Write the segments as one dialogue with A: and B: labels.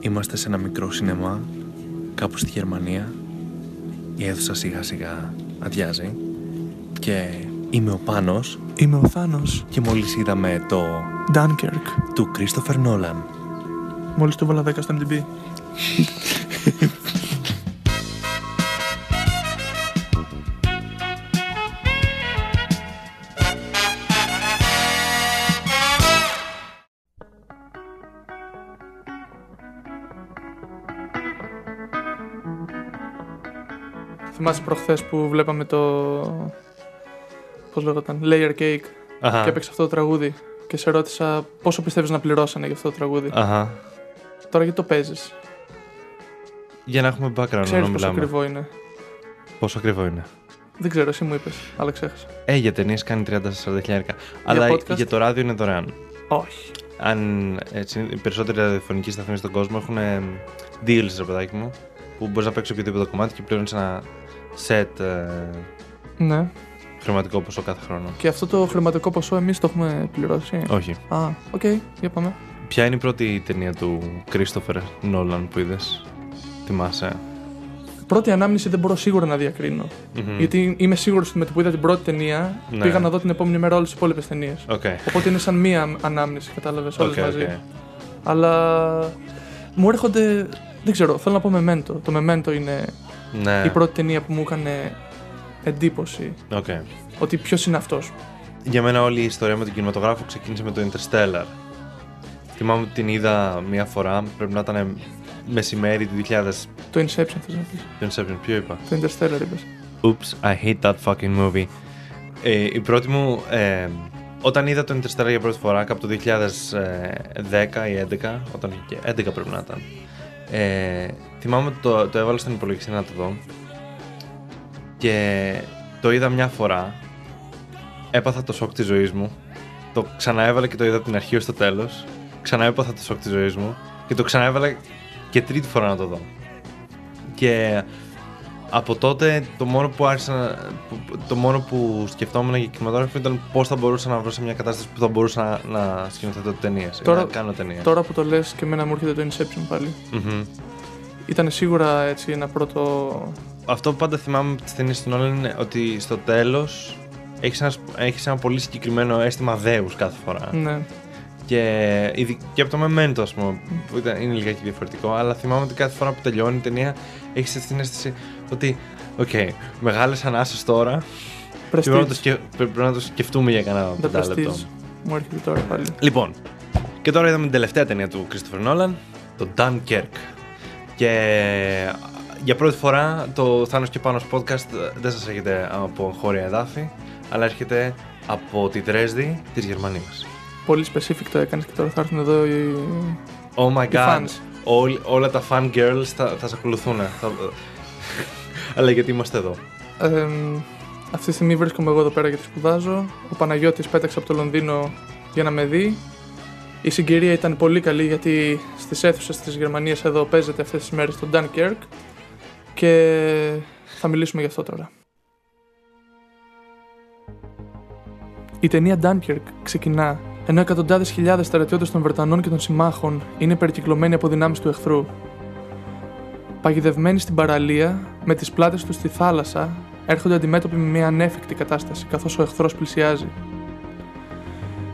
A: Είμαστε σε ένα μικρό σινεμά, κάπου στη Γερμανία. Η αίθουσα σιγά σιγά αδειάζει. Και είμαι ο Πάνος
B: Είμαι ο Θάνος
A: και μόλις είδαμε το
B: Dunkirk.
A: του Κρίστοφερ Νόλαν.
B: Μόλις του βάλα 10 στο MDB. Θυμάσαι προχθές που βλέπαμε το... Πώς λέγονταν, Layer Cake
A: Αχα.
B: και έπαιξε αυτό το τραγούδι και σε ρώτησα πόσο πιστεύεις να πληρώσανε για αυτό το τραγούδι.
A: Αχα.
B: Τώρα γιατί το παίζεις.
A: Για να έχουμε background
B: Ξέρεις πόσο ακριβό είναι.
A: Πόσο ακριβό είναι.
B: Δεν ξέρω, εσύ μου είπες, αλλά ξέχασα.
A: Ε, για ταινίες κάνει 30-40 χιλιάρικα.
B: Αλλά podcast? για
A: το ράδιο είναι δωρεάν.
B: Όχι.
A: αν έτσι, οι περισσότεροι ραδιοφωνικοί σταθμοί στον κόσμο έχουν ε, deals, ρε παιδάκι μου, που μπορείς να παίξεις οποιοδήποτε κομμάτι και πληρώνεις ένα set ε,
B: Ναι.
A: χρηματικό ποσό κάθε χρόνο.
B: Και αυτό το χρηματικό ποσό εμείς το έχουμε πληρώσει.
A: Όχι.
B: Α, οκ, για πάμε.
A: Ποια είναι η πρώτη ταινία του Christopher Nolan που είδες, θυμάσαι.
B: Πρώτη ανάμνηση δεν μπορώ σίγουρα να διακρίνω.
A: Μμμ.
B: Γιατί είμαι σίγουρος ότι με το που είδα την πρώτη ταινία
A: Ναι.
B: πήγα να δω την επόμενη μέρα όλες τις υπόλοιπες ταινίες.
A: Οκ.
B: Οπότε είναι σαν μία ανάμνηση, κατάλαβες όλες
A: Οκ,
B: μαζί.
A: οκ.
B: Αλλά μου έρχονται. Δεν ξέρω, θέλω να πω Memento. Το Memento είναι
A: Ναι.
B: η πρώτη ταινία που μου έκανε εντύπωση
A: Οκ.
B: ότι ποιος είναι αυτός.
A: Για μένα όλη η ιστορία με τον κινηματογράφο ξεκίνησε με το Interstellar. Θυμάμαι ότι την είδα μία φορά, πρέπει να ήταν μεσημέρι του 2000.
B: Το Inception θες να πεις.
A: Το Inception, ποιο είπα.
B: Το Interstellar είπες.
A: Oops, I hate that fucking movie. Ε, η πρώτη μου. Ε, όταν είδα το Interstellar για πρώτη φορά, κάπου το 2010 ή 11, όταν και 11 πρέπει να ήταν. Ε, θυμάμαι ότι το, το έβαλα στον υπολογιστή να το δω. Και το είδα μια φορά. Έπαθα το σοκ της ζωής μου. Το ξαναέβαλα και το είδα από την αρχή ως το τέλος. Ξαναέπαθα το σοκ της ζωής μου. Και το ξαναέβαλα και τρίτη φορά να το δω. Και από τότε το μόνο που άρχισα να- που- το μόνο που σκεφτόμουν για κινηματογράφο ήταν πώς θα μπορούσα να βρω σε μια κατάσταση που θα μπορούσα να, να σκηνοθετώ ταινίε.
B: Τώρα-
A: Να κάνω ταινία.
B: Τώρα που το λες και εμένα μου έρχεται το Inception πάλι.
A: Μμμ.
B: Ήταν σίγουρα έτσι ένα πρώτο.
A: Αυτό που πάντα θυμάμαι από τις ταινίες του Νόλαν είναι ότι στο τέλος έχεις ένας, έχεις ένα πολύ συγκεκριμένο αίσθημα δέους κάθε φορά.
B: Ναι.
A: Και, ειδι- και από το Memento, ας πούμε, που ήταν, είναι λιγάκι διαφορετικό, αλλά θυμάμαι ότι κάθε φορά που τελειώνει η ταινία έχεις αυτή την αίσθηση ότι, οκ, μεγάλες ανάσες τώρα. Και πρέπει, να το
B: Prestige.
A: σκε... πρέπει να το σκεφτούμε για κανένα
B: The
A: πεντάλεπτο.
B: Prestige. Μου έρχεται τώρα πάλι.
A: Λοιπόν, και τώρα είδαμε την τελευταία ταινία του Christopher Nolan, το Dunkirk. Και ε, για πρώτη φορά το Θάνος και Πάνος podcast ε, δεν σας έρχεται από χώρια εδάφη, αλλά έρχεται από τη Δρέσδη της Γερμανίας.
B: Πολύ specific το έκανες και τώρα θα έρθουν εδώ οι.
A: Oh my
B: Οι
A: god,
B: fans.
A: όλ- όλα τα fan girls θα, θα σε ακολουθούν. ε. θα- αλλά γιατί είμαστε εδώ.
B: Εμ, αυτή τη στιγμή βρίσκομαι εγώ εδώ πέρα γιατί σπουδάζω. Ο Παναγιώτης πέταξε από το Λονδίνο για να με δει. Η συγκυρία ήταν πολύ καλή γιατί στις αίθουσες της Γερμανίας εδώ παίζεται αυτές τις μέρες το Dunkirk και θα μιλήσουμε γι' αυτό τώρα. Η ταινία Dunkirk ξεκινά ενώ εκατοντάδες χιλιάδες στρατιώτες των Βρετανών και των συμμάχων είναι περικυκλωμένοι από δυνάμεις του εχθρού. Παγιδευμένοι στην παραλία, με τις πλάτες τους στη θάλασσα, έρχονται αντιμέτωποι με μια ανέφικτη κατάσταση καθώς ο εχθρός πλησιάζει.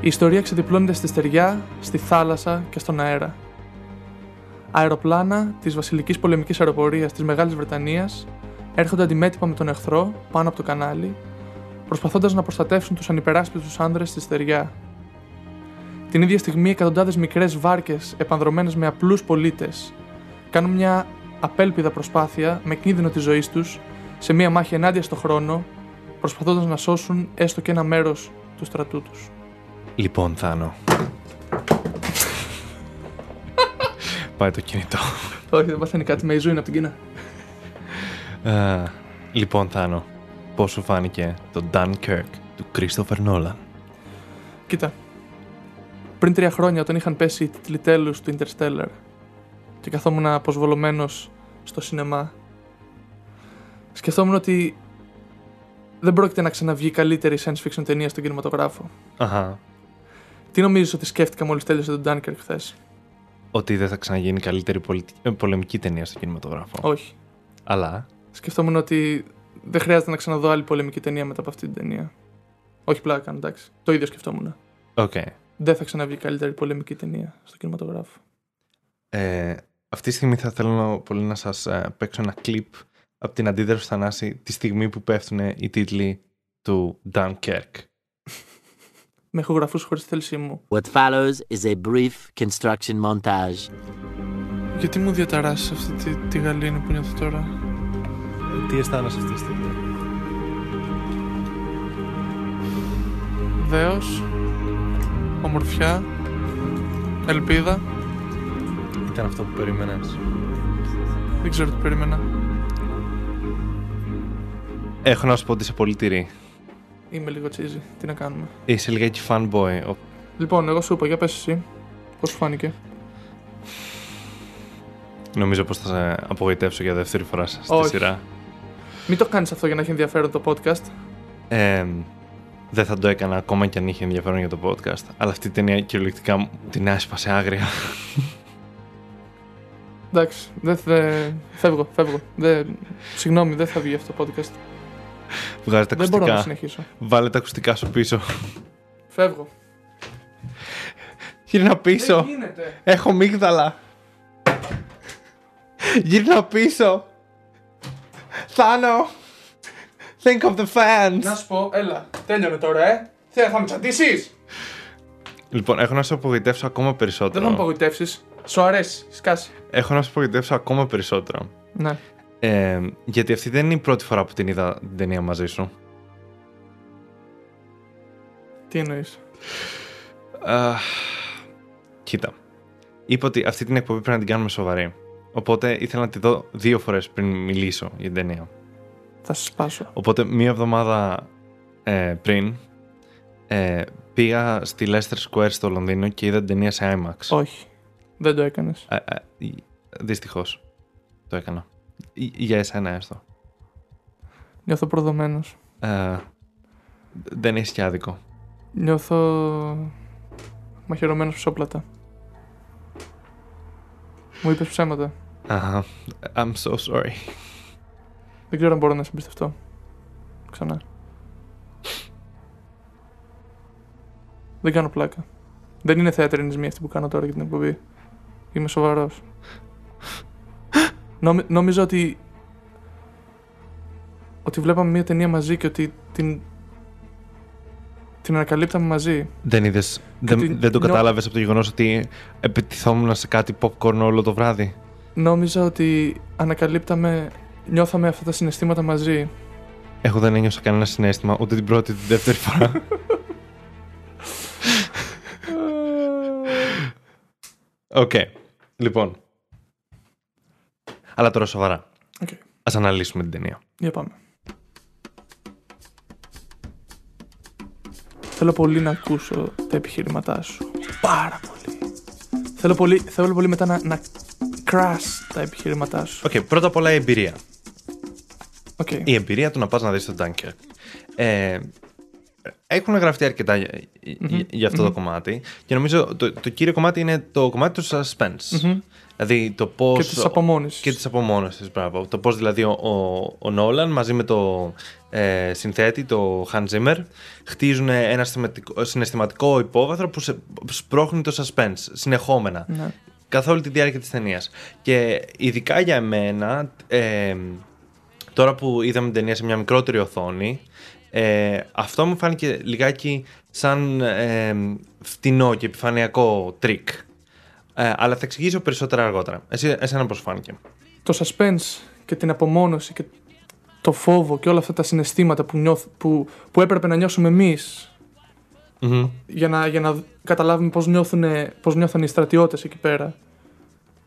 B: Η ιστορία ξεδιπλώνεται στη στεριά, στη θάλασσα και στον αέρα. Αεροπλάνα της Βασιλικής Πολεμικής Αεροπορίας της Μεγάλης Βρετανίας έρχονται αντιμέτωπα με τον εχθρό πάνω από το κανάλι, προσπαθώντας να προστατεύσουν τους ανυπεράσπιστους άνδρες στη στεριά. Την ίδια στιγμή, εκατοντάδες μικρές βάρκες επανδρομένες με απλούς πολίτες κάνουν μια απέλπιδα προσπάθεια με κίνδυνο της ζωής τους σε μια μάχη ενάντια στο χρόνο, προσπαθώντας να σώσουν έστω και ένα μέρος του στρατού τους.
A: Λοιπόν, Θάνο. Πάει το κινητό.
B: Όχι, δεν παθαίνει κάτι με η ζωή είναι από την Κίνα.
A: Ε, λοιπόν, Θάνο, πώς σου φάνηκε το Dunkirk του Christopher Nolan.
B: Κοίτα. Πριν τρία χρόνια, όταν είχαν πέσει οι τίτλοι τέλους του Interstellar και καθόμουν αποσβολωμένος στο σινεμά, σκεφτόμουν ότι δεν πρόκειται να ξαναβγεί καλύτερη science fiction ταινία στον κινηματογράφο.
A: Αχα.
B: Τι νομίζεις ότι σκέφτηκα μόλις τέλειωσε τον Dunkirk χθες.
A: ότι δεν θα ξαναγίνει καλύτερη πολιτι- ε, πολεμική ταινία στο κινηματογράφο.
B: Όχι.
A: Αλλά
B: Σκεφτόμουν ότι δεν χρειάζεται να ξαναδώ άλλη πολεμική ταινία μετά από αυτή την ταινία. Όχι πλάκα, εντάξει. Το ίδιο σκεφτόμουν.
A: Οκ.
B: Δεν θα ξαναβγεί καλύτερη πολεμική ταινία στο κινηματογράφο.
A: Ε, αυτή τη στιγμή θα θέλω πολύ να σας ε, παίξω ένα κλιπ από την αντίδραση του Θανάση τη στιγμή που πέφτουν οι τίτλοι του Dunkirk.
B: Με ηχογραφούς χωρίς θέλησή μου.
C: What follows is a brief construction montage.
B: Γιατί μου διαταράσσει αυτή τη, τη γαλήνη που νιώθω τώρα.
A: Τι αισθάνεσαι αυτή τη στιγμή.
B: Δέος. Ομορφιά. Ελπίδα.
A: Ήταν αυτό που περίμενες.
B: Δεν ξέρω τι περίμενα.
A: Έχω να σου πω ότι είσαι πολύ τυρί.
B: Είμαι λίγο τσίζι. Τι να κάνουμε.
A: Είσαι λιγάκι fanboy. Ο-
B: Λοιπόν, εγώ σου είπα, για πες εσύ. Πώς σου φάνηκε.
A: Νομίζω πως θα σε απογοητεύσω για δεύτερη φορά στη
B: Όχι.
A: σειρά.
B: Μην το κάνεις αυτό για να έχει ενδιαφέρον το podcast.
A: Ε, δεν θα το έκανα ακόμα κι αν είχε ενδιαφέρον για το podcast. Αλλά αυτή η ταινία κυριολεκτικά μου την άσπασε άγρια.
B: Εντάξει, δεν θε... φεύγω, φεύγω. Δεν- Συγγνώμη, δεν θα βγει αυτό το podcast.
A: Βγάζει τα
B: δεν μπορώ να
A: ακουστικά.
B: συνεχίσω.
A: Βάλε τα ακουστικά σου πίσω.
B: Φεύγω.
A: Γύρνα πίσω.
B: γίνεται.
A: Έχω μίγδαλα. Γύρνα πίσω. Θάνο. Think of the
B: Να
A: fans.
B: σου πω, έλα, τέλειωνε τώρα, ε. Θε, θα με τσαντήσεις.
A: Λοιπόν, έχω να σε απογοητεύσω ακόμα
B: Δεν θα με
A: περισσότερο.
B: απογοητεύσεις. Σου αρέσει, σκάσει.
A: Έχω να σε απογοητεύσω ακόμα περισσότερο.
B: Ναι.
A: Ε, γιατί αυτή δεν είναι η πρώτη φορά που την είδα την ταινία μαζί σου.
B: Τι εννοείς.
A: Αχ, κοίτα. Είπα ότι αυτή την εκπομπή πρέπει να την κάνουμε σοβαρή. Οπότε ήθελα να τη δω δύο φορές πριν μιλήσω για την ταινία.
B: Θα σα σπάσω.
A: Οπότε μία εβδομάδα ε, πριν ε, πήγα στη Leicester Square στο Λονδίνο και είδα την ταινία σε IMAX.
B: Όχι. Δεν το έκανες.
A: Ε, ε, Δυστυχώς. Το έκανα. Ή- Για εσένα έστω.
B: Νιώθω προδομένος.
A: Ε, δεν έχει και άδικο.
B: Νιώθω. μαχαιρωμένος ψόπλατα. Μου είπες ψέματα.
A: Αχα. I'm so sorry.
B: Δεν ξέρω αν μπορώ να σε εμπιστευτώ. Ξανά. Δεν κάνω πλάκα. Δεν είναι θεατρινισμοί αυτή που κάνω τώρα για την εκπομπή. Είμαι σοβαρός. νόμιζα ότι. ότι βλέπαμε μια ταινία μαζί και ότι την. την ανακαλύπταμε μαζί.
A: Δεν είδες.
B: την-
A: Δεν, δεν το
B: νο-
A: κατάλαβες από το γεγονός ότι επιτιθόμουν σε κάτι popcorn όλο το βράδυ.
B: Νόμιζα ότι ανακαλύπταμε. νιώθαμε αυτά τα συναισθήματα μαζί.
A: Εγώ δεν ένιωσα κανένα συνέστημα ούτε την πρώτη ούτε την δεύτερη φορά. Οκ. Λοιπόν. Αλλά τώρα σοβαρά.
B: Οκ.
A: Ας αναλύσουμε την ταινία.
B: Για πάμε. Θέλω πολύ να ακούσω τα επιχειρηματά σου. Πάρα πολύ. Θέλω πολύ, θέλω πολύ μετά να, να κράς τα επιχειρηματά σου.
A: Οκ, πρώτα απ' όλα η εμπειρία.
B: Οκ. Okay.
A: Η εμπειρία του να πας να δεις τον Dunkirk. Ε, έχουν γραφτεί αρκετά για, για- για αυτό το κομμάτι και νομίζω το, το κύριο κομμάτι είναι το κομμάτι του suspense. Δηλαδή το πώς...
B: Και της απομόνησης.
A: Και της απομόνωσης, μπράβο. Το πώς δηλαδή ο, ο, ο Νόλαν μαζί με το ε, συνθέτη, το Hans Zimmer, χτίζουν ένα συναισθηματικό- συναισθηματικό υπόβαθρο που σε, σπρώχνει το suspense συνεχόμενα
B: Ναι.
A: καθ' όλη τη διάρκεια της ταινίας. Και ειδικά για μένα, ε, τώρα που είδαμε την ταινία σε μια μικρότερη οθόνη, ε, αυτό μου φάνηκε λιγάκι σαν ε, φτηνό και επιφανειακό τρίκ. Ε, αλλά θα εξηγήσω περισσότερα αργότερα. Εσύ, εσένα πώς σου φάνηκε.
B: Το suspense και την απομόνωση και το φόβο και όλα αυτά τα συναισθήματα που, νιώθ, που, που έπρεπε να νιώσουμε εμείς
A: Μμμ.
B: για να, για να καταλάβουμε πώς, νιώθουνε, πώς νιώθαν οι στρατιώτες εκεί πέρα.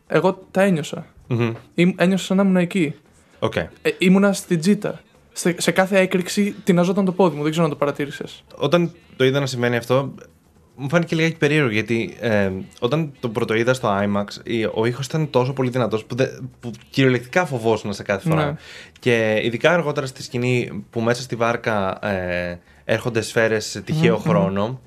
B: Εγώ τα ένιωσα.
A: Μμμ.
B: Ή- Ένιωσα σαν να ήμουν εκεί.
A: Οκ.
B: Ε, ήμουνα στην τζίτα. Σε, σε κάθε έκρηξη τειναζόταν το πόδι μου. Δεν ξέρω αν το παρατήρησες.
A: Όταν το είδα να συμβαίνει αυτό, μου φάνηκε λιγάκι περίεργο γιατί ε, όταν το πρώτο είδα στο IMAX, η- ο ήχος ήταν τόσο πολύ δυνατός που, δε- που κυριολεκτικά φοβόσουν σε κάθε φορά.
B: Ναι.
A: Και ειδικά αργότερα στη σκηνή που μέσα στη βάρκα ε,
B: Mm-hmm.
A: έρχονται σφαίρες σε τυχαίο χρόνο,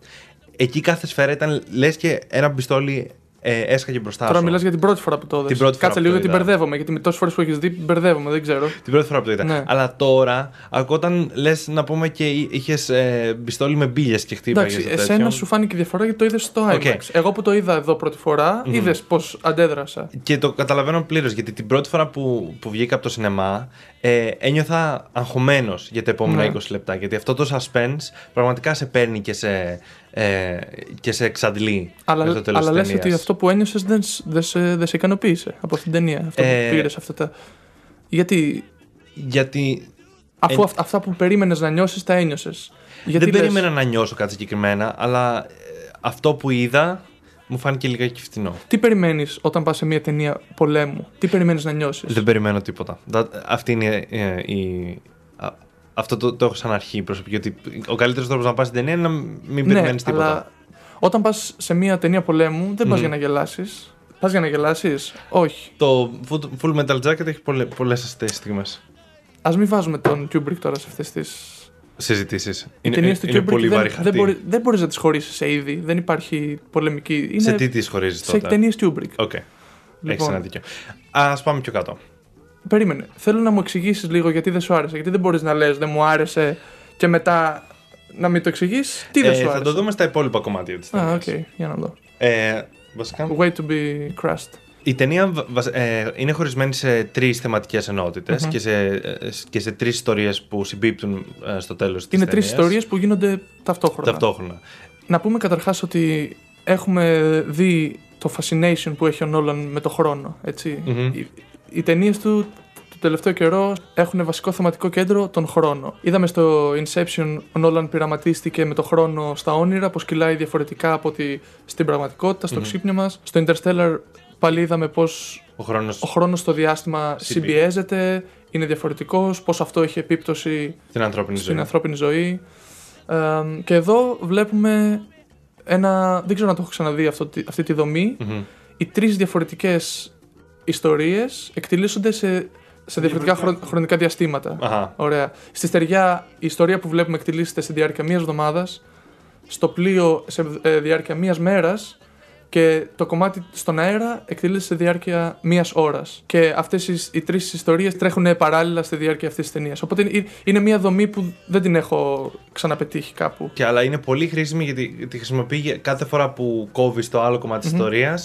A: εκεί κάθε σφαίρα ήταν λες και ένα πιστόλι ε, έσκαγε μπροστά
B: Τώρα
A: σου.
B: μιλάς για την πρώτη φορά που το
A: Την
B: έδωσε.
A: πρώτη φορά
B: Κάτσε
A: που
B: λίγο
A: το
B: γιατί
A: είδα.
B: μπερδεύομαι. Γιατί με τόσες φορές που έχεις δει, μπερδεύομαι, δεν ξέρω.
A: Την πρώτη φορά που το είδα.
B: Ναι.
A: Αλλά τώρα, ακ- όταν λες να πούμε και είχες ε, μπιστόλι με μπύλε και χτύπαγες.
B: Εντάξει, εσένα σου φάνηκε διαφορά γιατί το είδες στο
A: Οκ.
B: IMAX. Εγώ που το είδα εδώ πρώτη φορά,
A: Μμμ.
B: είδες πώς αντέδρασα.
A: Και το καταλαβαίνω πλήρως γιατί την πρώτη φορά που, που βγήκα από το σινεμά ε, ένιωθα αγχωμένος για τα επόμενα
B: Ναι.
A: 20 λεπτά. Γιατί αυτό το suspense πραγματικά σε παίρνει και σε, ε, και σε εξαντλεί. μέχρι
B: Αλλά,
A: το τέλος
B: αλλά
A: της
B: λες
A: ταινίας.
B: ότι αυτό που ένιωσες δεν, σ- δεν, σε, δεν σε ικανοποίησε από αυτήν την ταινία. Αυτό
A: Ε,
B: που πήρες αυτά τα. Γιατί
A: Γιατί
B: αφού
A: ε,
B: αυ- αυτά που περίμενες να νιώσεις, τα ένιωσες. Γιατί
A: δεν
B: λες,
A: περίμενα να νιώσω κάτι συγκεκριμένα, αλλά ε, αυτό που είδα μου φάνηκε λίγα κυφτινό.
B: Τι περιμένεις όταν πας σε μια ταινία πολέμου, τι περιμένεις να νιώσεις.
A: Δεν περιμένω τίποτα. That- αυτή είναι ε, η. α- αυτό το, το έχω σαν αρχή προσωπική. Ότι ο καλύτερος τρόπος να πας στην ταινία είναι να μην περιμένει τίποτα.
B: Ναι,
A: Mm.
B: Αλλά όταν πας σε μια ταινία πολέμου, δεν πας
A: Μμμ.
B: για να γελάσεις. Πας για να γελάσεις, όχι.
A: Το Full- Full Metal Jacket έχει πολλέ αυτέ τι στιγμές.
B: Ας μην βάζουμε τον Kubrick τώρα σε αυτές τις.
A: Συζητήσεις.
B: ταινίες του
A: είναι
B: Kubrick
A: πολύ βαρύ
B: δεν,
A: χαρτί.
B: δεν, μπορεί, δεν μπορείς να τις χωρίσεις σε είδη. Δεν υπάρχει πολεμική. Είναι
A: Σε τι τις χωρίζεις
B: σε
A: τότε.
B: ταινίες Kubrick.
A: Οκ. Έχεις
B: Λοιπόν.
A: ένα δίκιο. Ας πάμε πιο κάτω.
B: Περίμενε. Θέλω να μου εξηγήσεις λίγο γιατί δεν σου άρεσε. Γιατί δεν μπορείς να λες δεν μου άρεσε και μετά να μην το εξηγείς. Τι δεν
A: Ε,
B: σου άρεσε.
A: θα το δούμε στα υπόλοιπα κομμάτια της
B: Α,
A: ταινίας.
B: οκ, για να δω.
A: ε, βασικά,
B: Way to be crushed.
A: η ταινία βα- βασ- ε, είναι χωρισμένη σε τρεις θεματικές ενότητες
B: Μμμ.
A: και σε, ε, σ- και σε τρεις ιστορίες που συμπίπτουν ε, στο τέλος της
B: Είναι τρεις ιστορίες που γίνονται ταυτόχρονα.
A: ταυτόχρονα.
B: Να πούμε καταρχάς ότι έχουμε δει το fascination που έχει ο Νόλαν με το χρόνο, έτσι.
A: Μμμ.
B: Οι, οι ταινίες του το τελευταίο καιρό έχουν βασικό θεματικό κέντρο τον χρόνο. Είδαμε στο Inception ο Νόλαν πειραματίστηκε με το χρόνο στα όνειρα, πως κυλάει διαφορετικά από ότι στην πραγματικότητα, στο
A: Μμμ.
B: ξύπνιο μας. Στο Interstellar πάλι είδαμε πως
A: Ο χρόνος
B: ο χρόνος στο διάστημα συμπιέζεται, είναι διαφορετικός, πως αυτό έχει επίπτωση
A: στην ανθρώπινη ζωή.
B: στην ανθρώπινη ζωή. Ε, και εδώ βλέπουμε ένα. Δεν ξέρω αν το έχω ξαναδεί αυτό, τη- αυτή τη δομή.
A: Μμμ.
B: Οι τρεις διαφορετικές ιστορίες εκτελήσονται σε, σε διαφορετικά χρο- χρονικά διαστήματα.
A: Αχα.
B: Ωραία. Στη στεριά, η ιστορία που βλέπουμε εκτελήσεται σε διάρκεια μία εβδομάδας, στο πλοίο σε ε, διάρκεια μία μέρας και το κομμάτι στον αέρα εκτελείται σε διάρκεια μία ώρας. Και αυτές οι, οι τρεις ιστορίες τρέχουν παράλληλα στη διάρκεια αυτής της ταινίας. Οπότε είναι- είναι μία δομή που δεν την έχω ξαναπετύχει κάπου.
A: Και, αλλά είναι πολύ χρήσιμη γιατί τη χρησιμοποιεί για- κάθε φορά που κόβεις το άλλο κομμάτι της ιστορία.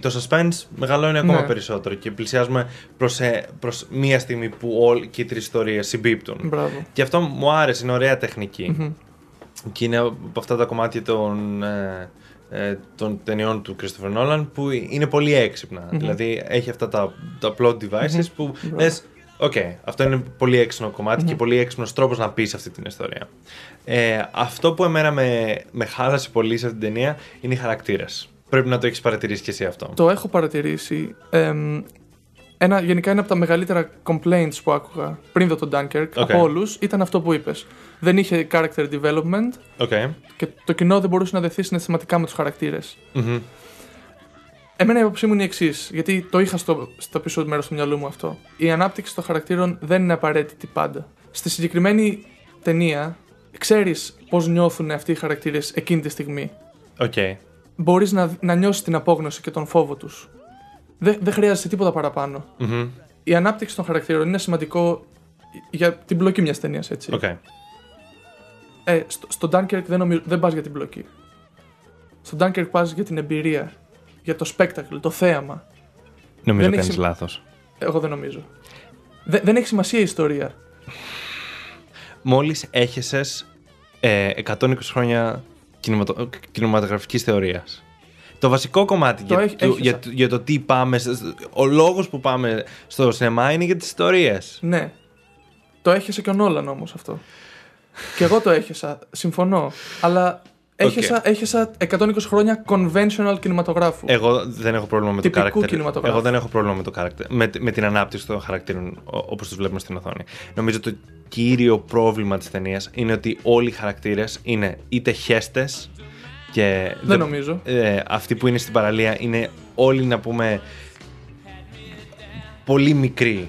A: Το suspense μεγαλώνει ακόμα
B: Ναι.
A: περισσότερο και πλησιάζουμε προς, ε, προς μία στιγμή που όλοι και οι τρεις ιστορίες συμπίπτουν.
B: Μπράβο.
A: Και αυτό μου άρεσε, είναι ωραία τεχνική. Και είναι από αυτά τα κομμάτια των, ε, ε, των ταινιών του Christopher Nolan που είναι πολύ έξυπνα. Δηλαδή έχει αυτά τα, τα plot devices που λες. Οκ, αυτό είναι πολύ έξυπνο κομμάτι και πολύ έξυπνος τρόπος να πεις αυτή την ιστορία. Ε, αυτό που εμένα με, με χάλασε πολύ σε αυτή την ταινία είναι οι χαρακτήρες. Πρέπει να το έχεις παρατηρήσει και εσύ αυτό.
B: Το έχω παρατηρήσει. Εμ, ένα, γενικά ένα από τα μεγαλύτερα complaints που άκουγα πριν δω τον Dunkirk
A: Οκ.
B: από όλους ήταν αυτό που είπες. Δεν είχε character development
A: Οκ.
B: και το κοινό δεν μπορούσε να δεθεί συναισθηματικά με τους χαρακτήρες.
A: Μμμ.
B: Εμένα η άποψή μου είναι η εξής, γιατί το είχα στο, στο πίσω μέρος του μυαλού μου αυτό. Η ανάπτυξη των χαρακτήρων δεν είναι απαραίτητη πάντα. Στη συγκεκριμένη ταινία, ξέρεις πώς νιώθουν αυτοί οι χαρακτήρες εκείνη τη στιγμή.
A: Οκ.
B: Μπορείς να, να νιώσεις την απόγνωση και τον φόβο τους. Δεν, δεν χρειάζεσαι τίποτα παραπάνω.
A: Μμμ.
B: Η ανάπτυξη των χαρακτήρων είναι σημαντικό για την μπλοκή μιας ταινίας, έτσι.
A: Οκ.
B: Ε, στο, στο Dunkirk δεν, νομι... δεν πας για την μπλοκή. Στο Dunkirk πας για την εμπειρία, για το σπέκτακλ, το θέαμα.
A: Νομίζω
B: Δεν έχει
A: κάνεις
B: σημα-
A: λάθος.
B: Εγώ δεν νομίζω. Δε, δεν έχει σημασία η ιστορία.
A: μόλις έχεσες ε, 120 χρόνια κινηματο... κινηματογραφικής θεωρίας. Το βασικό κομμάτι
B: Το
A: για,
B: έχ-
A: του-
B: έχεις-
A: για, το- για το τι πάμε, σ- ο λόγος που πάμε στο σινεμά είναι για τις ιστορίες.
B: Ναι. Το έχεσαι και ο Νόλαν όμως αυτό. και εγώ το έχεσα, συμφωνώ. Αλλά έχεσα, έχεσα 120 χρόνια conventional κινηματογράφου.
A: Εγώ δεν έχω πρόβλημα με το
B: Τυπικού
A: character.
B: κινηματογράφου.
A: Εγώ δεν έχω πρόβλημα με, το character, με, με την ανάπτυξη των χαρακτήρων ο- όπως τους βλέπουμε στην οθόνη. Νομίζω το κύριο πρόβλημα της ταινίας είναι ότι όλοι οι χαρακτήρες είναι είτε χέστες και
B: δεν νομίζω.
A: ε, αυτοί που είναι στην παραλία είναι όλοι να πούμε πολύ μικροί.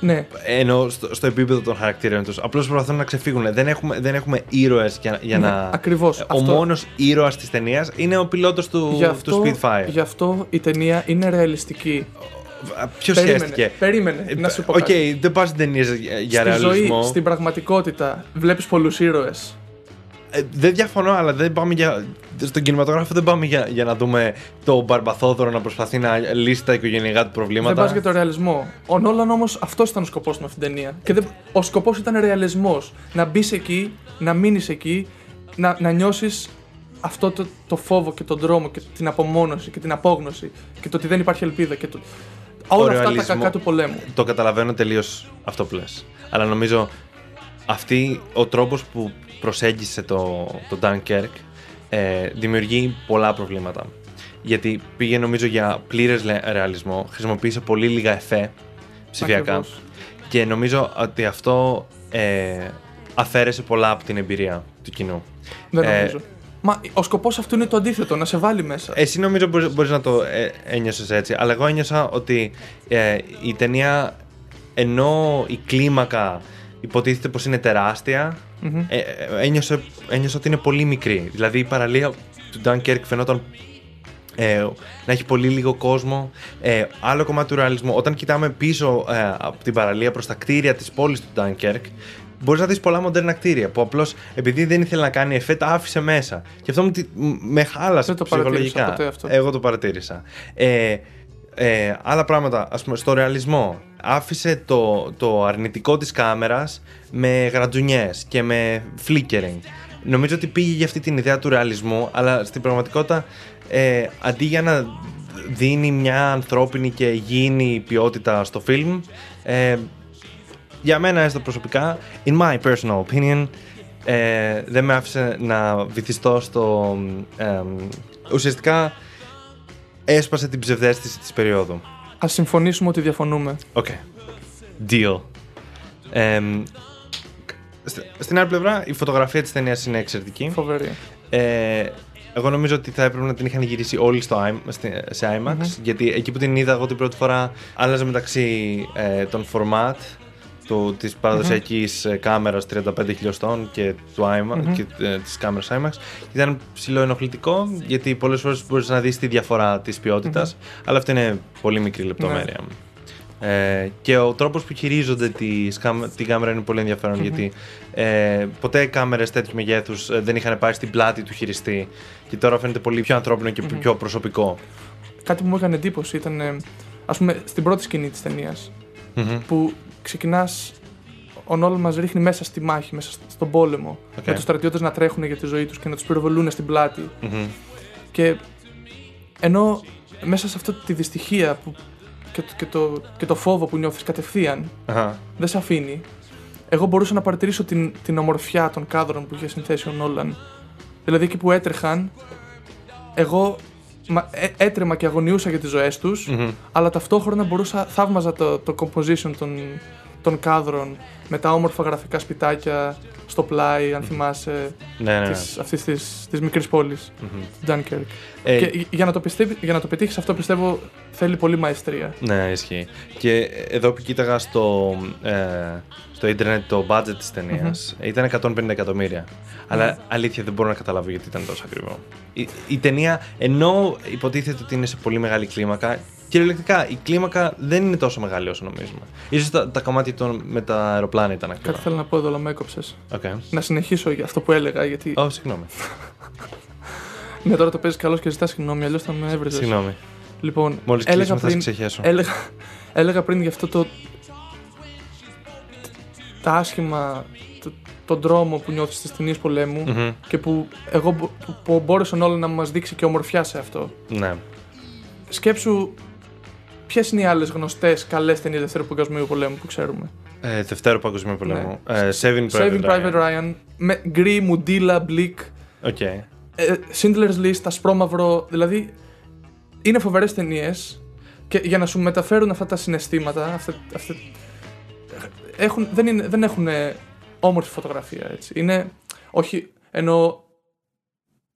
B: Ναι,
A: Ενώ στο, στο επίπεδο των χαρακτήριων τους. Απλώς προσπαθούν να ξεφύγουν. Δεν έχουμε, δεν έχουμε ήρωες για, για
B: ναι,
A: να.
B: ακριβώς.
A: Ο
B: Αυτό-
A: μόνος ήρωας της ταινίας είναι ο πιλότος του,
B: Γι' αυτό,
A: του Spitfire.
B: γι' αυτό η ταινία είναι ρεαλιστική.
A: Ποιος
B: Περίμενε,
A: σχέστηκε.
B: περίμενε να σου πω
A: Ε, Οκ,
B: κάτι.
A: δεν πας ταινίες για για
B: στη
A: ρεαλισμό.
B: ζωή, στην πραγματικότητα, βλέπεις πολλούς ήρωες.
A: Ε, δεν διαφωνώ, αλλά δεν πάμε για. Στον κινηματογράφο δεν πάμε για, για να δούμε τον Μπαρμπαθόδωρο να προσπαθεί να λύσει τα οικογενειακά του προβλήματα.
B: Δεν πας για το ρεαλισμό. Ο Νόλαν όμως αυτός ήταν ο σκοπός του με αυτήν την ταινία. Και δεν... ο σκοπός ήταν ρεαλισμός. Να μπεις εκεί, να μείνεις εκεί, να, να νιώσεις αυτό το, το φόβο και τον τρόμο και την απομόνωση και την απόγνωση και το ότι δεν υπάρχει ελπίδα και το... όλα αυτά τα
A: ρεαλισμό-
B: κακά του πολέμου.
A: Το καταλαβαίνω τελείως αυτό που λες. Αλλά νομίζω αυτή ο τρόπος που προσέγγισε το, το Dunkirk ε, δημιουργεί πολλά προβλήματα. Γιατί πήγε νομίζω για πλήρες ρεαλισμό, χρησιμοποίησε πολύ λίγα εφέ ψηφιακά.
B: Ακριβώς.
A: Και νομίζω ότι αυτό ε, αφαίρεσε πολλά από την εμπειρία του κοινού.
B: Δεν
A: Ε,
B: νομίζω. Μα ο σκοπός αυτού είναι το αντίθετο, να σε βάλει μέσα.
A: Εσύ νομίζω μπορείς, μπορείς να το ε, ένιωσες έτσι, αλλά εγώ ένιωσα ότι ε, η ταινία ενώ η κλίμακα υποτίθεται πως είναι τεράστια,
B: Μμμ.
A: ε, ε, ένιωσα, ένιωσα ότι είναι πολύ μικρή. Δηλαδή η παραλία του Dunkirk φαινόταν ε, να έχει πολύ λίγο κόσμο. Ε, άλλο κομμάτι του ρεαλισμού. Όταν κοιτάμε πίσω ε, από την παραλία προς τα κτίρια της πόλης του Dunkirk, μπορείς να δεις πολλά μοντέρνα κτίρια που απλώς επειδή δεν ήθελε να κάνει εφέ, τα άφησε μέσα. Και αυτό μου τη- μ- με χάλασε
B: Δεν το
A: ψυχολογικά.
B: παρατήρησα ποτέ αυτό.
A: Εγώ το παρατήρησα. Ε, ε, άλλα πράγματα, ας πούμε, στο ρεαλισμό. Άφησε το, το αρνητικό της κάμερας με γρατζουνιές και με flickering. Νομίζω ότι πήγε για αυτή την ιδέα του ρεαλισμού, αλλά στην πραγματικότητα ε, αντί για να δίνει μια ανθρώπινη και υγιεινή ποιότητα στο φιλμ, ε, για μένα έστω προσωπικά, in my personal opinion, ε, δεν με άφησε να βυθιστώ στο... ε, ουσιαστικά έσπασε την ψευδέστηση της περίοδου.
B: Ας συμφωνήσουμε ότι διαφωνούμε.
A: Οκ. Deal. Ε, στε- στην άλλη πλευρά, η φωτογραφία της ταινίας είναι εξαιρετική.
B: Φοβερή.
A: Ε, εγώ νομίζω ότι θα έπρεπε να την είχαν γυρίσει όλοι στο IM- στη- σε IMAX, γιατί εκεί που την είδα εγώ την πρώτη φορά άλλαζε μεταξύ ε, των format του, της παραδοσιακής ε, κάμερας 35 χιλιοστών και, του IMAX, και ε, της κάμερας IMAX και ήταν ψηλό ενοχλητικό γιατί πολλές φορές μπορείς να δεις τη διαφορά της ποιότητας, αλλά αυτό είναι πολύ μικρή λεπτομέρεια. Ε, και ο τρόπος που χειρίζονται τις κάμε- την κάμερα είναι πολύ ενδιαφέρον, γιατί ε, ποτέ κάμερες τέτοιου μεγέθους ε, δεν είχαν πάει στην πλάτη του χειριστή και τώρα φαίνεται πολύ πιο ανθρώπινο και πιο προσωπικο
B: Κάτι που μου έκανε εντύπωση ήταν, ας πούμε, στην πρώτη σκηνή της ταινίας. που ξεκινάς. Ο Νόλ μας ρίχνει μέσα στη μάχη, μέσα σ- στον πόλεμο.
A: Οκ.
B: Με τους στρατιώτες να τρέχουν για τη ζωή τους και να τους πυροβολούν στην πλάτη. Και ενώ μέσα σε αυτή τη δυστυχία που, και, το- και, το, και το φόβο που νιώθεις κατευθείαν, δεν σε αφήνει. Εγώ μπορούσα να παρατηρήσω την, την ομορφιά των κάδρων που είχε συνθέσει ο Νόλαν. Δηλαδή εκεί που έτρεχαν, εγώ μα, ε, έτρεμα και αγωνιούσα για τις ζωές τους, αλλά ταυτόχρονα μπορούσα, θαύμαζα το, το composition των, των κάδρων με τα όμορφα γραφικά σπιτάκια στο πλάι, αν θυμάσαι,
A: Ναι, ναι.
B: της, αυτής της, της μικρής πόλης,
A: Μμμ.
B: του Dunkirk.
A: Ε,
B: Και για να, το πιστεύ- για να το πετύχεις αυτό πιστεύω θέλει πολύ μαεστρία.
A: Ναι, ισχύει. Και εδώ που κοίταγα στο, ε, στο ίντερνετ το budget της ταινιας ήταν 150 εκατομμύρια. Αλλά αλήθεια δεν μπορώ να καταλάβω γιατί ήταν τόσο ακριβό. Η, η ταινία, ενώ υποτίθεται ότι είναι σε πολύ μεγάλη κλίμακα, κυριολεκτικά η κλίμακα δεν είναι τόσο μεγάλη όσο νομίζουμε. Ίσως τα, τα κομμάτια των, με τα αεροπλάνα ήταν
B: Κάτι
A: ακριβά.
B: θέλω να πω εδώ, αλλά με έκοψες.
A: Okay.
B: Να συνεχίσω για αυτό που έλεγα, γιατί
A: Ω, συγγνώμη.
B: ναι, τώρα το παίζεις καλώς και ζητάς συγγνώμη, αλλιώς θα με έβρεζες.
A: συγγνώμη.
B: Λοιπόν,
A: Μόλις
B: έλεγα
A: κλείσουμε θα σε
B: πριν,
A: ξεχέσω.
B: έλεγα, έλεγα πριν για αυτό το. τα άσχημα. Το, τον τρόμο που νιώθεις στις ταινίες πολέμου
A: Μμμ.
B: και που εγώ μπο- που, που μπόρεσαν όλοι να μας δείξει και ομορφιά σε αυτό.
A: Ναι.
B: Σκέψου ποιες είναι οι άλλες γνωστές καλές ταινίες Δευτέρου Παγκοσμίου Πολέμου που ξέρουμε.
A: Ε, Δευτέρο Παγκοσμίου Πολέμου. Ε, Saving Private
B: Saving Private
A: Ryan.
B: Ryan, με γκρι, μουντίλα, μπλικ,
A: Οκ.
B: ε, Schindler's List, ασπρόμαυρο, δηλαδή είναι φοβερές ταινίες και για να σου μεταφέρουν αυτά τα συναισθήματα, αυτά, αυτά, έχουν, δεν, είναι, δεν έχουν όμορφη φωτογραφία, έτσι. Είναι, όχι, ενώ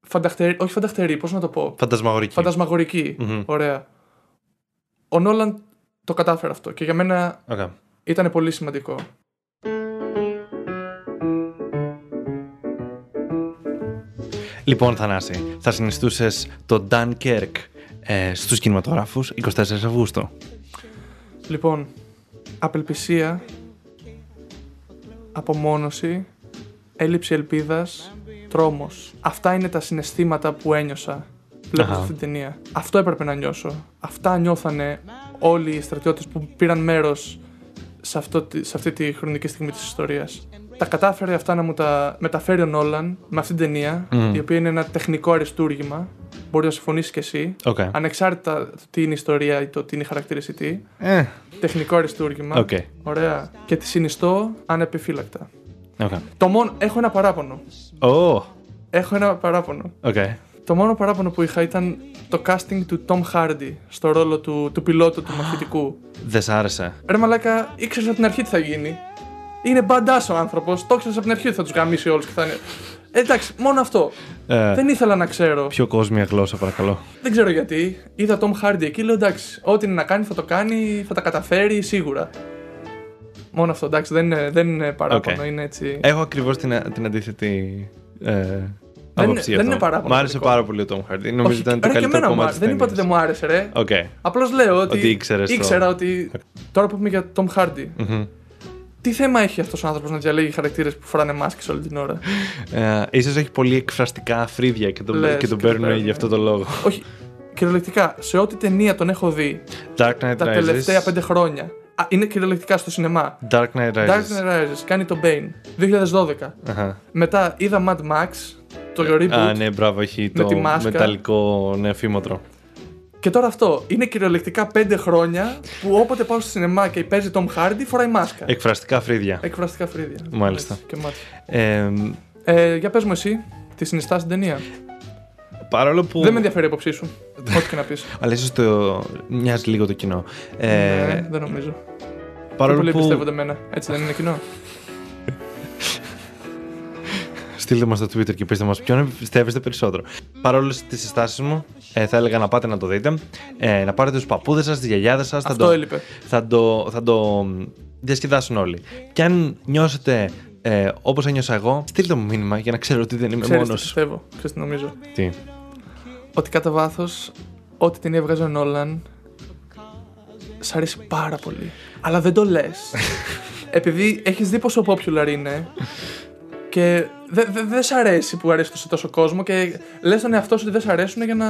B: φανταχτερή, όχι φανταχτερή, πώς να το πω,
A: Φαντασμαγορική.
B: φαντασμαγορική,
A: Μμμ.
B: ωραία. Ο Νόλαν το κατάφερε αυτό και για μένα
A: Οκ.
B: Ήταν πολύ σημαντικό.
A: Λοιπόν, Θανάση, θα συνιστούσες το Dan Kirk ε, στους κινηματογράφους 24 Αυγούστου.
B: Λοιπόν, απελπισία, απομόνωση, έλλειψη ελπίδας, τρόμος. Αυτά είναι τα συναισθήματα που ένιωσα βλέποντας
A: Αχα.
B: αυτή την ταινία. Αυτό έπρεπε να νιώσω. Αυτά νιώθανε όλοι οι στρατιώτες που πήραν μέρος σε, αυτό, τη- σε αυτή τη χρονική στιγμή της ιστορίας. Τα κατάφερε αυτά να μου τα μεταφέρει ο Νόλαν με αυτήν την ταινία,
A: Μμμ.
B: η οποία είναι ένα τεχνικό αριστούργημα. Μπορεί να συμφωνήσεις κι εσύ.
A: Οκ.
B: Ανεξάρτητα το τι είναι η ιστορία ή το τι είναι η χαρακτηριστική.
A: Ε,
B: Τεχνικό αριστούργημα.
A: οκ.
B: Ωραία. Και τη συνιστώ ανεπιφύλακτα.
A: Οκ.
B: Το μόνο. Έχω ένα παράπονο.
A: Ω,
B: Έχω ένα παράπονο.
A: οκ.
B: Το μόνο παράπονο που είχα ήταν το casting του Tom Hardy στο ρόλο του, του πιλότου του μαχητικού.
A: Δεν σ' άρεσε.
B: Ρε μαλάκα, ήξερες από την αρχή τι θα γίνει. Είναι μπαντάς ο άνθρωπος. Το ήξερες από την αρχή ότι θα τους γαμίσει όλους και θα είναι. Εντάξει, μόνο αυτό.
A: Ε,
B: Δεν ήθελα να ξέρω.
A: Πιο κόσμια γλώσσα, παρακαλώ.
B: Δεν ξέρω γιατί. Είδα Tom Hardy εκεί, λέω εντάξει, ό,τι είναι να κάνει θα το κάνει, θα τα καταφέρει σίγουρα. Μόνο αυτό, εντάξει, δεν είναι, δεν είναι παράπονο,
A: Οκ. Ε,
B: είναι έτσι.
A: Έχω ακριβώς την, την αντίθετη. Ε, άποψη
B: δεν
A: αυτό.
B: είναι παράπονο
A: Μ' άρεσε
B: δικό.
A: πάρα πολύ ο Tom Hardy. Νομίζω
B: Όχι,
A: ήταν το
B: ρε, και
A: καλύτερο
B: εμένα μου
A: κομμάτι.
B: άρεσε. Δεν είπα ότι δεν μου άρεσε, ρε.
A: Οκ.
B: Απλώς λέω ότι,
A: Ότι ήξερες το.
B: ήξερα ότι. Τώρα που πούμε για Tom Hardy,
A: Μμμ.
B: τι θέμα έχει αυτός ο άνθρωπος να διαλέγει χαρακτήρες που φοράνε μάσκες όλη την ώρα.
A: Ε, ίσως έχει πολύ εκφραστικά αφρίδια και τον,
B: Λες,
A: και τον
B: και τον
A: παίρνουν
B: παίρνουν. ναι.
A: για αυτό το λόγο.
B: Όχι, κυριολεκτικά, σε ό,τι ταινία τον έχω δει
A: Dark Knight
B: τα
A: Rises.
B: τελευταία πέντε χρόνια. Α, είναι κυριολεκτικά στο σινεμά.
A: Dark Knight Rises.
B: Dark Knight Rises κάνει το Bane 2012.
A: Αχα.
B: Μετά είδα Mad Max, το reboot.
A: Α, ναι, μπράβο, έχει
B: Με
A: το
B: τη μάσκα.
A: μεταλλικό ναι, νεφήμοτρο.
B: Και τώρα αυτό. Είναι κυριολεκτικά πέντε χρόνια που όποτε πάω στο σινεμά και παίζει Tom Hardy φοράει μάσκα.
A: Εκφραστικά αφρίδια.
B: Εκφραστικά φρύδια.
A: Ε, Μάλιστα.
B: Έτσι, και μάτια.
A: Ε,
B: Ε, για πες μου εσύ, τη συνιστά στην ταινία.
A: παρόλο που.
B: Δεν με ενδιαφέρει η άποψή σου.
A: Ε,
B: Ό,τι και να πεις.
A: Αλλά ίσως το. μοιάζει λίγο το κοινό. Ε,
B: ναι, δεν νομίζω. Πιο
A: Παρόλο
B: πολλοί
A: που.
B: πιστεύονται εμένα. Έτσι δεν είναι κοινό.
A: Στείλτε μας στο Twitter και πείτε μας ποιον πιστεύετε περισσότερο. Παρόλες τις συστάσεις μου, ε, θα έλεγα να πάτε να το δείτε. Ε, να πάρετε τους παππούδες σας, τις γιαγιάδες σας.
B: Αυτό έλειπε.
A: θα το, θα το μ, διασκεδάσουν όλοι. Και αν νιώσετε ε, όπως ένιωσα εγώ, στείλτε μου μήνυμα για να ξέρω ότι δεν είμαι
B: Ξέρεις τι
A: μόνος.
B: πιστεύω. Ξέρεις τι νομίζω.
A: Τι.
B: Ότι κατά βάθος, ό,τι ταινία βγάζει ο Νόλαν, σ' αρέσει πάρα πολύ. Αλλά δεν το λες. Επειδή έχεις δει πόσο popular είναι και δε- δε- δεν σ' αρέσει που αρέσει σε τόσο κόσμο και λες τον εαυτό σου ότι δεν σ' αρέσουν για να.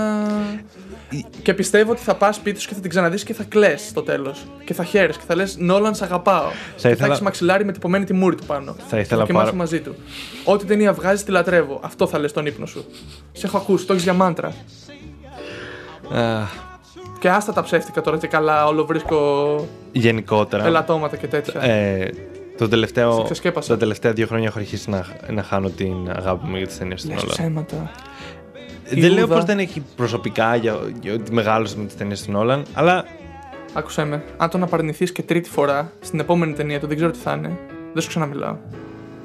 B: Και πιστεύω ότι θα πας σπίτι σου και θα την ξαναδείς και θα κλε στο τέλος. Και θα χαίρεσαι και θα λες Νόλαν, σ' αγαπάω. και θα
A: ήθελα-
B: έχεις μαξιλάρι με τυπωμένη τη μούρη του πάνω.
A: Θα ήθελα
B: και θα κοιμάσαι
A: πάρα-
B: μαζί του. Ό,τι ταινία βγάζει, τη λατρεύω. Αυτό θα λες τον ύπνο σου. Σε έχω ακούσει, το έχεις για μάντρα.
A: Α,
B: Και άστα τα ψεύτικα τώρα και καλά, όλο βρίσκω
A: γενικότερα.
B: ελαττώματα και τέτοια.
A: Ναι. Ε, το τελευταίο,
B: Σε ξεσκέπασα.
A: τα τελευταία δύο χρόνια έχω αρχίσει να, να χάνω την αγάπη μου για τις ταινίες στην
B: Λες
A: όλα.
B: ψέματα.
A: Δεν λέω
B: Ιούδα.
A: πως δεν έχει προσωπικά για, για ότι μεγάλωσε με τις ταινίες στην Όλαν, αλλά
B: Άκουσέ με. Αν τον απαρνηθεί και τρίτη φορά στην επόμενη ταινία του, δεν ξέρω τι θα είναι. Δεν σου ξαναμιλάω.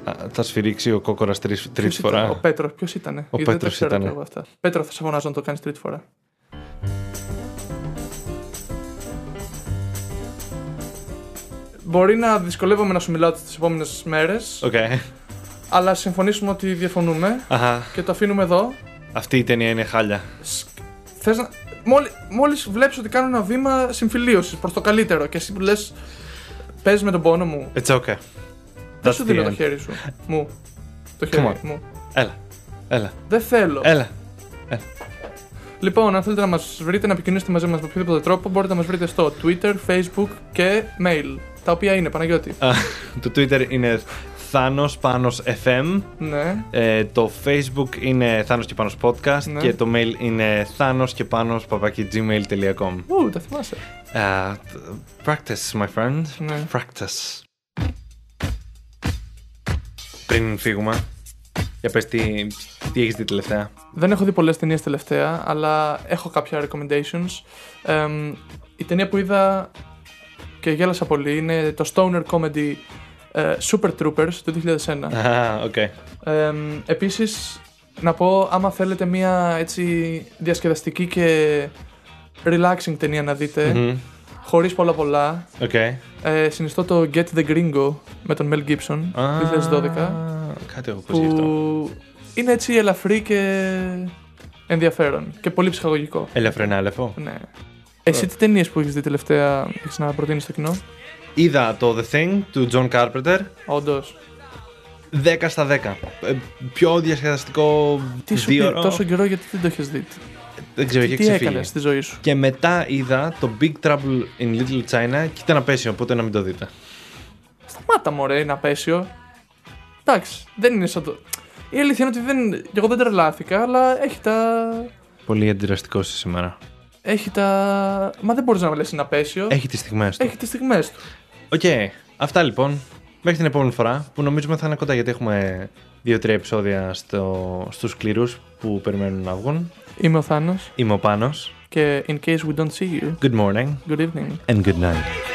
A: α, θα σφυρίξει ο κόκορας τρεις, τρίτη
B: Ποιος ήταν, Ο
A: φορά.
B: Πέτρος, ποιος ήταν. Ο
A: Πέτρος ήτανε.
B: Αυτά. Πέτρο, θα σε φωνάζω να το κάνεις τρίτη φορά. Μπορεί να δυσκολεύομαι να σου μιλάω τις επόμενες μέρες,
A: Οκ.
B: αλλά συμφωνήσουμε ότι διαφωνούμε
A: Αχα.
B: και το αφήνουμε εδώ.
A: Αυτή η ταινία είναι χάλια.
B: Θες να... Μόλι μόλις βλέπεις ότι κάνω ένα βήμα συμφιλίωσης προς το καλύτερο και εσύ που λες παίζεις με τον πόνο μου,
A: It's okay.
B: δεν
A: That's
B: σου
A: the
B: δίνω το
A: end.
B: χέρι σου. Μου. Το
A: Come
B: χέρι
A: on. Ε.
B: μου.
A: Έλα. Έλα.
B: Δεν θέλω.
A: Έλα.
B: Λοιπόν, αν θέλετε να μας βρείτε, να επικοινωνήσετε μαζί μας με οποιοδήποτε τρόπο, μπορείτε να μας βρείτε στο Twitter, Facebook και mail. Τα οποία είναι, Παναγιώτη.
A: Α, το Twitter είναι Θάνος Πάνος FM.
B: ναι.
A: Ε, το Facebook είναι Θάνος και Πάνος Podcast.
B: Ναι.
A: Και το mail είναι Θάνος και Πάνος παπάκι gmail.com.
B: Ου, τα θυμάσαι.
A: Uh, practice, my friend.
B: Ναι.
A: Practice. Πριν φύγουμε, για πες τι, τι έχεις δει τελευταία.
B: Δεν έχω δει πολλές ταινίες τελευταία, αλλά έχω κάποια recommendations. Εμ, η ταινία που είδα και γέλασα πολύ είναι το Stoner Comedy ε, Super Troopers του 2001.
A: Α, οκ.
B: Ε. Εμ, επίσης, να πω, άμα θέλετε μια έτσι διασκεδαστική και relaxing ταινία να δείτε,
A: Μμμ.
B: Χωρίς πολλά πολλά,
A: Οκ.
B: ε, συνιστώ το Get the Gringo με τον Mel Gibson 2012.
A: Α, Κάτι έχω ακούσει γι' αυτό.
B: Που είναι έτσι ελαφρύ και ενδιαφέρον και πολύ ψυχαγωγικό.
A: Ελεύθερο άλεφο.
B: Ναι. Εσύ τι ταινίες που έχεις δει τελευταία έχεις να προτείνεις στο κοινό,
A: Είδα το The Thing του John Carpenter.
B: Όντως.
A: 10 στα 10. Ε, Πιο διασκεδαστικό
B: Τι σου
A: δύο
B: πει
A: ώρο.
B: τόσο καιρό γιατί δεν το έχεις δει.
A: Δεν ξέρω, είχε
B: Τι έκανε
A: ξεφύγει.
B: στη ζωή σου.
A: Και μετά είδα το Big Trouble in Little China και ήταν απέσιο, οπότε να μην το δείτε.
B: Σταμάτα μωρέ είναι απέσιο. Εντάξει, δεν είναι σαν το. Η αλήθεια είναι ότι δεν... κι εγώ δεν τρελάθηκα, αλλά έχει τα.
A: Πολύ αντιδραστικό είσαι σήμερα.
B: Έχει τα. Μα δεν μπορείς να λε είναι απέσιο.
A: Έχει τις στιγμές του.
B: Έχει τις στιγμές του.
A: Οκ. Αυτά λοιπόν. Μέχρι την επόμενη φορά που νομίζουμε θα είναι κοντά γιατί έχουμε 2-3 επεισόδια στο, στους κλήρους που περιμένουν να βγουν.
B: Είμαι ο Θάνος
A: Είμαι ο Πάνος.
B: και in case we don't see you,
A: Good morning
B: good evening.
A: and good night.